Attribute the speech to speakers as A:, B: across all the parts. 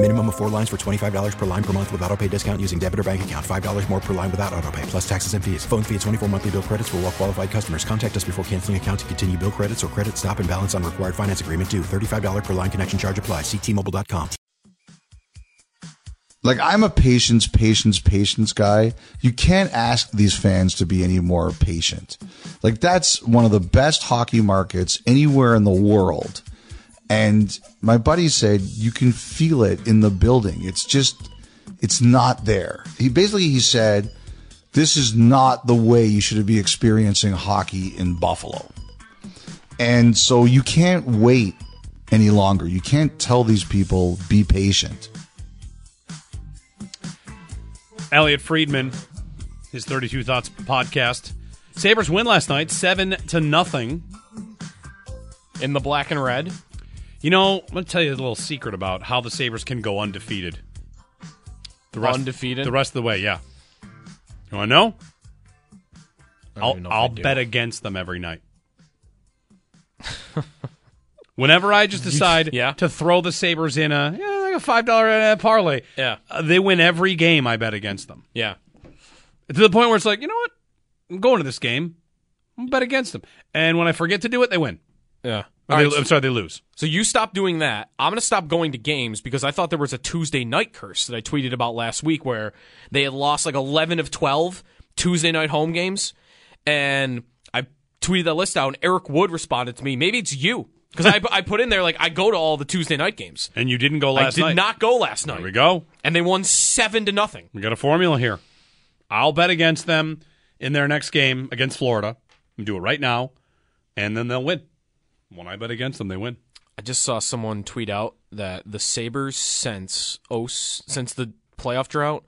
A: Minimum of four lines for $25 per line per month with auto pay discount using debit or bank account. $5 more per line without auto pay, plus taxes and fees. Phone fee at 24 monthly bill credits for all well qualified customers. Contact us before canceling account to continue bill credits or credit stop and balance on required finance agreement due. $35 per line connection charge applies. Ctmobile.com.
B: Like I'm a patience, patience, patience guy. You can't ask these fans to be any more patient. Like that's one of the best hockey markets anywhere in the world. And my buddy said you can feel it in the building. It's just it's not there. He basically he said this is not the way you should be experiencing hockey in Buffalo. And so you can't wait any longer. You can't tell these people be patient.
C: Elliot Friedman, his 32 Thoughts podcast. Sabres win last night, 7 to nothing.
D: in the black and red.
C: You know, I'm going to tell you a little secret about how the Sabres can go undefeated. The
D: Undefeated?
C: The rest of the way, yeah. You want to know?
D: I don't
C: I'll,
D: even know if I
C: I'll
D: do.
C: bet against them every night. Whenever I just decide
D: yeah.
C: to throw the Sabres in a, yeah, like a $5 uh, parlay,
D: Yeah.
C: uh, they win every game I bet against them.
D: Yeah.
C: to the point where it's like, you know what? I'm going to this game. I'm gonna bet against them. And when I forget to do it, they win.
D: Yeah.
C: Or
D: All
C: they-
D: right.
C: I'm sorry, they lose.
D: So you stop doing that. I'm going to stop going to games because I thought there was a Tuesday night curse that I tweeted about last week where they had lost like 11 of 12 Tuesday night home games. And I tweeted that list out, and Eric Wood responded to me, maybe it's you. Because I, I put in there, like, I go to all the Tuesday night games.
C: And you didn't go last
D: I did
C: night.
D: not go last night.
C: There we go.
D: And they won 7 to nothing.
C: We got a formula here. I'll bet against them in their next game against Florida. I'm do it right now, and then they'll win. When I bet against them, they win.
D: I just saw someone tweet out that the Sabers since oh s- since the playoff drought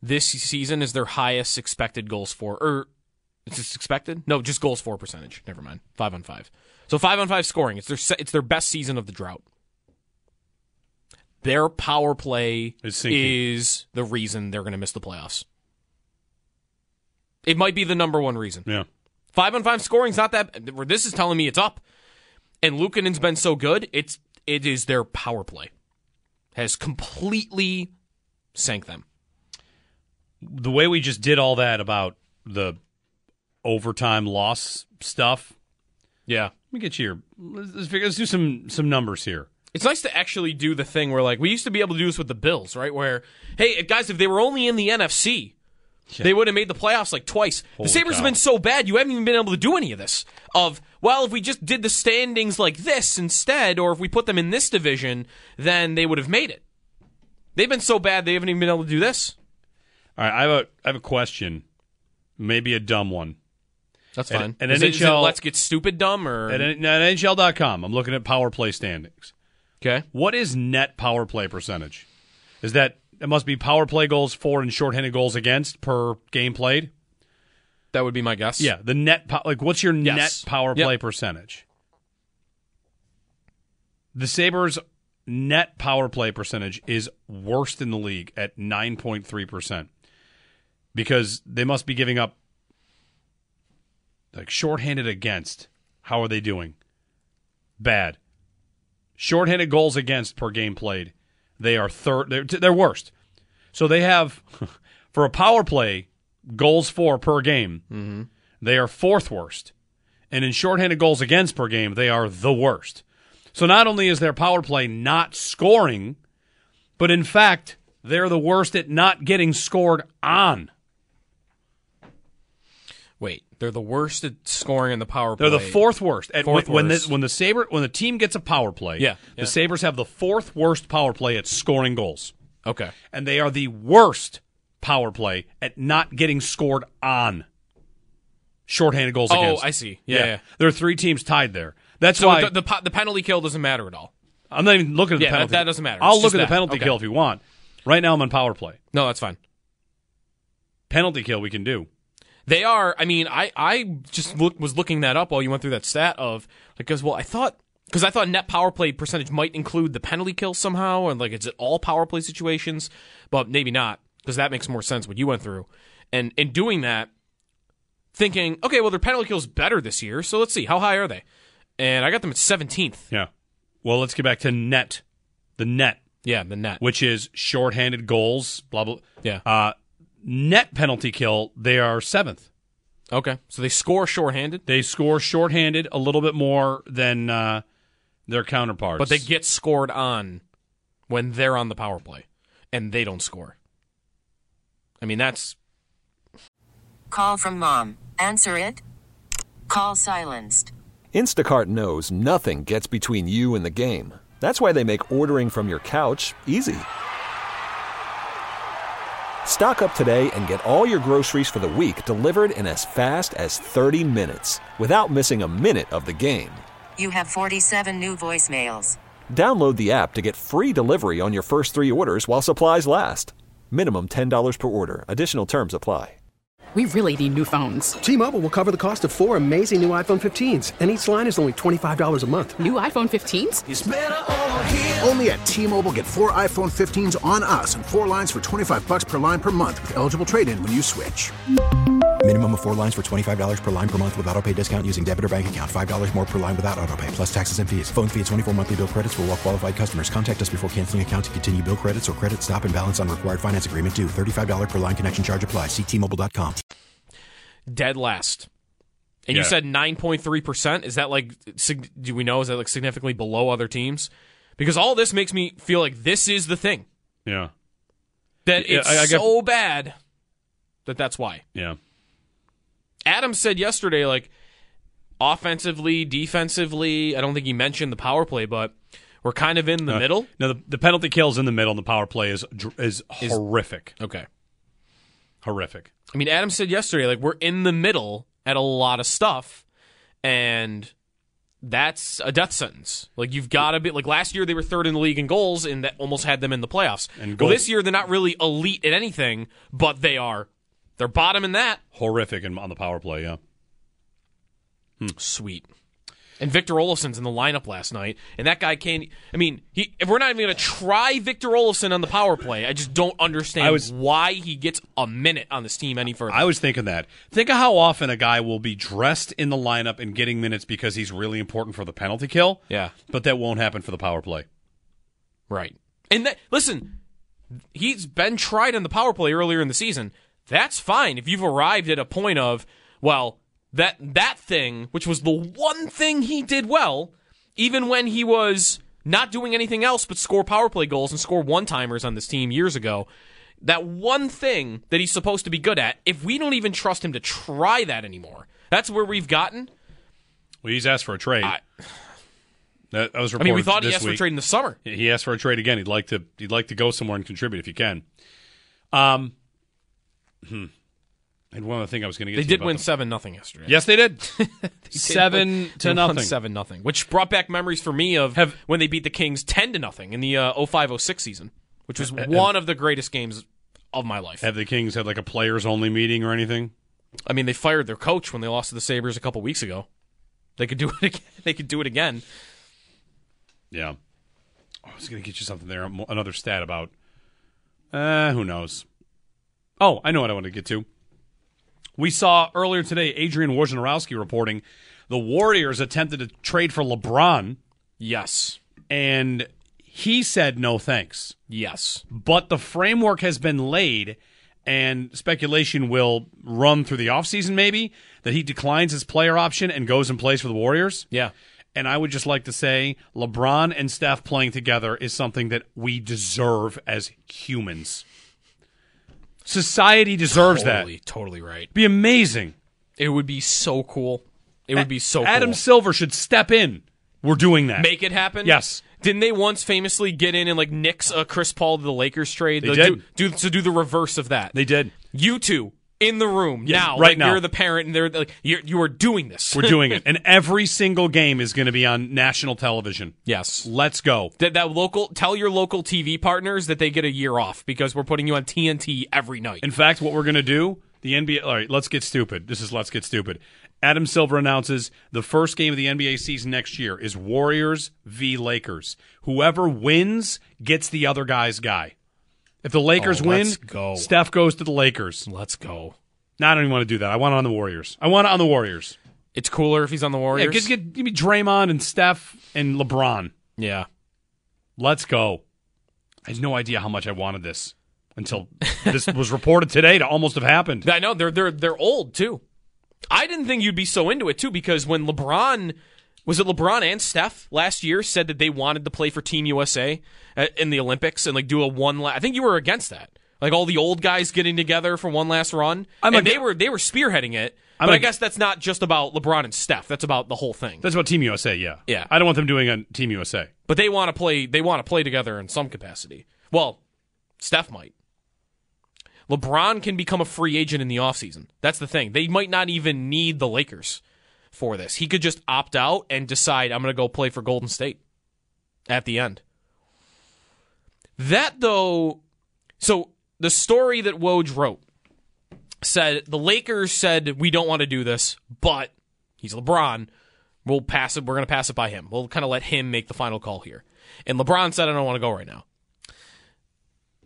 D: this season is their highest expected goals for or it's just expected no just goals for percentage never mind five on five so five on five scoring it's their se- it's their best season of the drought. Their power play
C: It's sinking.
D: is the reason they're going to miss the playoffs. It might be the number one reason.
C: Yeah.
D: Five on five scoring's not that. This is telling me it's up. And Lukanen's been so good, it's it is their power play has completely sank them.
C: The way we just did all that about the overtime loss stuff.
D: Yeah,
C: Let me get you your. Let's, let's figure- let's do some some numbers here.
D: it's nice to actually do the thing where like we used to be able to do this with the Bills, right? Where hey guys, if they were only in the NFC, they would have made the playoffs like twice.
C: Holy
D: the Sabers
C: cow.
D: have been so bad, you haven't even been able to do any of this. Of well, if we just did the standings like this instead, or if we put them in this division, then they would have made it. They've been so bad, they haven't even been able to do this.
C: All right, I have a I have a question, maybe a dumb one.
D: That's
C: At-
D: fine.
C: at
D: Is it- is it
C: NHL
D: let's get stupid dumb or
C: At, at NHL.com, I'm looking at power play standings.
D: okay?
C: What is net power play percentage? Is that it must be power play goals for and shorthanded goals against per game played?
D: That would be my guess.
C: Yeah, the net po- like what's your
D: Yes.
C: net power
D: Yep.
C: play percentage? The Sabers net power play percentage is worst in the league at 9.3% because they must be giving up like shorthanded against. How are they doing? Bad. Shorthanded goals against per game played. They are third they're, they're worst. So they have for a power play goals for per game.
D: Mm-hmm.
C: They are fourth worst. And in shorthanded goals against per game, they are the worst. So not only is their power play not scoring, but in fact, they're the worst at not getting scored on.
D: Wait, they're the worst at scoring in the power
C: They're
D: play.
C: the fourth worst. At,
D: Fourth
C: when,
D: worst.
C: When the, when the Saber when the team gets a power play,
D: Yeah,
C: the
D: yeah.
C: Sabers have the fourth worst power play at scoring goals,
D: Okay.
C: and they are the worst power play at not getting scored on. Shorthanded goals
D: Oh,
C: against.
D: I see. Yeah, yeah.
C: there are three teams tied there. That's
D: So
C: why
D: the, the po- the penalty kill doesn't matter at all.
C: I'm not even looking at the
D: Yeah, that-
C: penalty.
D: that doesn't matter.
C: I'll
D: It's
C: look
D: just
C: at the
D: that.
C: penalty
D: Okay.
C: kill if you want. Right now, I'm on power play.
D: No, that's fine.
C: Penalty kill we can do.
D: They are. I mean, I I just look, was looking that up while you went through that stat of because well, I thought because I thought net power play percentage might include the penalty kill somehow, and like is it all power play situations? But maybe not because that makes more sense what you went through. And in doing that, thinking okay, well their penalty kill is better this year, so let's see how high are they? And I got them at seventeenth.
C: Yeah. Well, let's get back to net. The net,
D: Yeah, the net.
C: which is shorthanded goals, blah blah.
D: Yeah.
C: Uh, net penalty kill, they are seventh.
D: Okay, so they score shorthanded,
C: They score shorthanded a little bit more than uh, their counterparts.
D: but they get scored on when they're on the power play, and they don't score. I mean that's
E: Call from mom. Answer it. Call silenced.
F: Instacart knows nothing gets between you and the game. That's why they make ordering from your couch easy. Stock up today and get all your groceries for the week delivered in as fast as 30 minutes without missing a minute of the game.
E: You have 47 new voicemails.
F: Download the app to get free delivery on your first three orders while supplies last. Minimum $10 per order. Additional terms apply.
G: We really need new phones.
H: T-Mobile will cover the cost of four amazing new iPhone 15s, and each line is only $25 a month.
G: New iPhone 15s?
I: Only at T-Mobile, get four iPhone 15s on us and four lines for 25 bucks per line per month with eligible trade-in when you switch.
A: Minimum of four lines for $25 per line per month with auto pay discount using debit or bank account. $5 more per line without auto pay, plus taxes and fees. Phone fee at 24 monthly bill credits for all qualified customers. Contact us before canceling account to continue bill credits or credit stop and balance on required finance agreement due. $35 per line connection charge applies. Ctmobile.com.
D: dead last. And you
C: Yeah.
D: said 9.3%. Is that like, sig- do we know, is that like significantly below other teams? Because all this makes me feel like this is the thing.
C: Yeah.
D: That
C: Yeah,
D: it's
C: I- I get-
D: so bad that that's why.
C: Yeah.
D: Adam said yesterday, like, offensively, defensively, I don't think he mentioned the power play, but we're kind of in the
C: Uh,
D: middle.
C: No, the, the penalty kill is in the middle, and the power play is dr- is, is horrific.
D: Okay.
C: Horrific.
D: I mean, Adam said yesterday, like, we're in the middle at a lot of stuff, and that's a death sentence. Like, you've got to be, like, last year they were third in the league in goals, and that almost had them in the playoffs.
C: And
D: well,
C: goal-
D: this year they're not really elite at anything, but they are. They're bottom in that.
C: Horrific in, on the power play. Yeah.
D: Sweet. And Victor Olafson's in the lineup last night, and that guy can. I mean, he, if we're not even going to try Victor Olafson on the power play, I just don't understand
C: I was-
D: why he gets a minute on this team any further.
C: I was thinking that. Think of how often a guy will be dressed in the lineup and getting minutes because he's really important for the penalty kill.
D: Yeah.
C: But that won't happen for the power play.
D: Right. And that listen, he's been tried on the power play earlier in the season. That's fine if you've arrived at a point of, well, that that thing, which was the one thing he did well, even when he was not doing anything else but score power play goals and score one timers on this team years ago. That one thing that he's supposed to be good at, if we don't even trust him to try that anymore, that's where we've gotten.
C: Well, he's asked for a trade.
D: I-
C: that, that was
D: I
C: reported
D: mean, we thought he
C: this
D: asked for a
C: week.
D: trade in the summer.
C: He asked for a trade again. He'd like to. He'd like to go somewhere and contribute if he can. Um. Hmm. And one other thing I was going to get.
D: They
C: to
D: did
C: about
D: win
C: the-
D: seven nothing yesterday.
C: yes, they did.
D: They
C: seven
D: won-
C: to
D: they won
C: nothing.
D: Seven nothing, which brought back memories for me of
C: Have-
D: when they beat the Kings ten to nothing in the uh, 05-06 season, which was one of the greatest games of my life.
C: Have the Kings had like a players only meeting or anything?
D: I mean, they fired their coach when they lost to the Sabers a couple weeks ago. They could do it. Again. They could do it again.
C: Yeah. Oh, I was going to get you something there. mo- Another stat about. Uh, who knows? Oh, I know what I want to get to. We saw earlier today Adrian Wojnarowski reporting the Warriors attempted to trade for LeBron,
D: Yes,
C: and he said no thanks.
D: yes.
C: But the framework has been laid, and speculation will run through the offseason maybe that he declines his player option and goes and plays for the Warriors.
D: Yeah.
C: And I would just like to say LeBron and Steph playing together is something that we deserve as humans. Society deserves
D: Totally,
C: that.
D: totally right.
C: Be amazing.
D: It would be so cool. It would be so
C: Adam
D: cool.
C: Silver should step in. We're doing that.
D: Make it happen.
C: Yes.
D: Didn't they once famously get in and like nix a Chris Paul to the Lakers trade?
C: They
D: Like,
C: did.
D: Do, do- to do the reverse of that.
C: They did.
D: You two in the room
C: Yes,
D: now.
C: right
D: like,
C: now.
D: You're the parent, and they're like you're, you are doing this.
C: We're doing it. And every single game is going to be on national television.
D: yes.
C: Let's go.
D: That, that local tell your local TV partners that they get a year off because we're putting you on TNT every night.
C: In fact, what we're going to do, the NBA, all right, let's get stupid. This is let's get stupid. Adam Silver announces the first game of the NBA season next year is Warriors v Lakers. Whoever wins gets the other guy's guy. If the Lakers
D: Oh,
C: win,
D: let's go.
C: Steph goes to the Lakers.
D: Let's go.
C: No, I don't even want to do that. I want it on the Warriors. I want it on the Warriors.
D: It's cooler if he's on the
C: Yeah,
D: Warriors.
C: just get, give me Draymond and Steph and LeBron.
D: yeah.
C: Let's go. I had no idea how much I wanted this until this was reported today to almost have happened.
D: I know they're they're they're old too. I didn't think you'd be so into it too because when LeBron was it LeBron and Steph last year said that they wanted to play for Team USA a- uh, in the Olympics and like do a one la I think you were against that. Like all the old guys getting together for one last run.
C: I'm
D: and
C: ag-
D: they were they were spearheading it.
C: I'm
D: but I
C: ag-
D: guess that's not just about LeBron and Steph. That's about the whole thing.
C: That's about Team USA, yeah.
D: Yeah.
C: I don't want them doing a Team USA.
D: But they want to play they want to play together in some capacity. Well, Steph might. LeBron can become a free agent in the offseason. That's the thing. They might not even need the Lakers for this. He could just opt out and decide I'm going to go play for Golden State at the end. That though, so the story that Woj wrote said the Lakers said we don't want to do this, but he's LeBron. We'll pass it. We're going to pass it by him. We'll kind of let him make the final call here. And LeBron said, I don't want to go right now.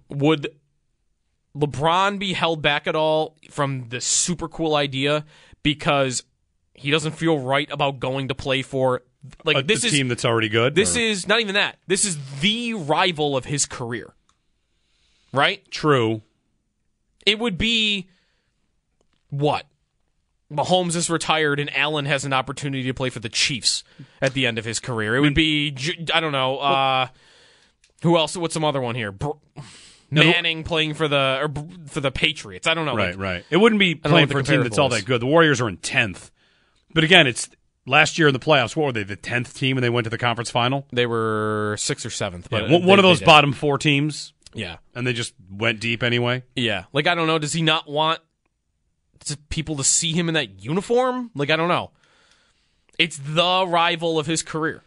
D: Would LeBron be held back at all from this super cool idea because he doesn't feel right about going to play for like
C: A,
D: this
C: a
D: is
C: team that's already good.
D: this
C: or-
D: is not even that. This is the rival of his career. Right?
C: true.
D: It would be what? Mahomes is retired and Allen has an opportunity to play for the Chiefs at the end of his career. It would be J- I don't know, uh who else? What's some other one here? Br-
C: the-
D: Manning playing for the or br- for the Patriots. I don't know.
C: Right,
D: Like,
C: right. It wouldn't be
D: know
C: playing
D: what the
C: for a team that's all
D: comparable is.
C: that good. The Warriors are in 10th. But again, it's last year in the playoffs, what were they, the 10th team and they went to the conference final?
D: They were sixth or seventh, but
C: Yeah, one, one
D: they-
C: of those
D: they did.
C: bottom four teams,
D: Yeah,
C: and they just went deep anyway.
D: Yeah. Like, I don't know. Does he not want to- people to see him in that uniform? Like, I don't know. It's the rival of his career.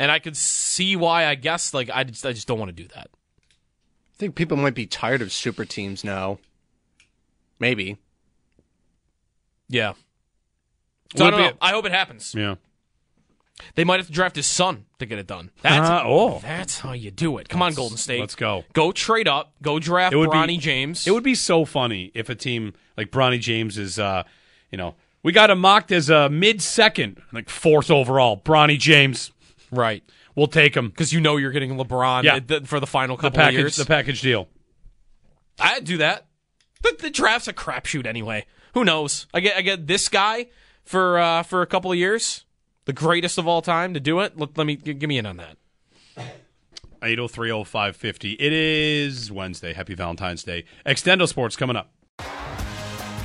D: And I could see why, I guess. Like, I just, I just don't want to do that.
J: I think people might be tired of super teams now. Maybe.
D: Yeah. So I
C: Would it
D: don't know.
C: be
D: I hope it happens.
C: Yeah.
D: They might have to draft his son to get it done. That's,
C: Ah, oh.
D: that's how you do it. Come on, Golden State.
C: let's go.
D: Go trade up. Go draft
C: It would be-
D: Bronny James.
C: It would be so funny if a team like Bronny James is, uh, you know, we got him mocked as a mid second, like fourth overall. Bronny James,
D: right.
C: we'll take him.
D: Because you know you're getting LeBron
C: Yeah.
D: at the- for the final
C: The
D: couple of
C: package,
D: years.
C: the package deal.
D: I'd do that. The, the draft's a crapshoot anyway. Who knows? I get I get this guy for uh, for a couple of years, the greatest of all time to do it. Let, let me g- give me in on that.
C: 8030550. It is Wednesday. Happy Valentine's Day. Extendo Sports coming up.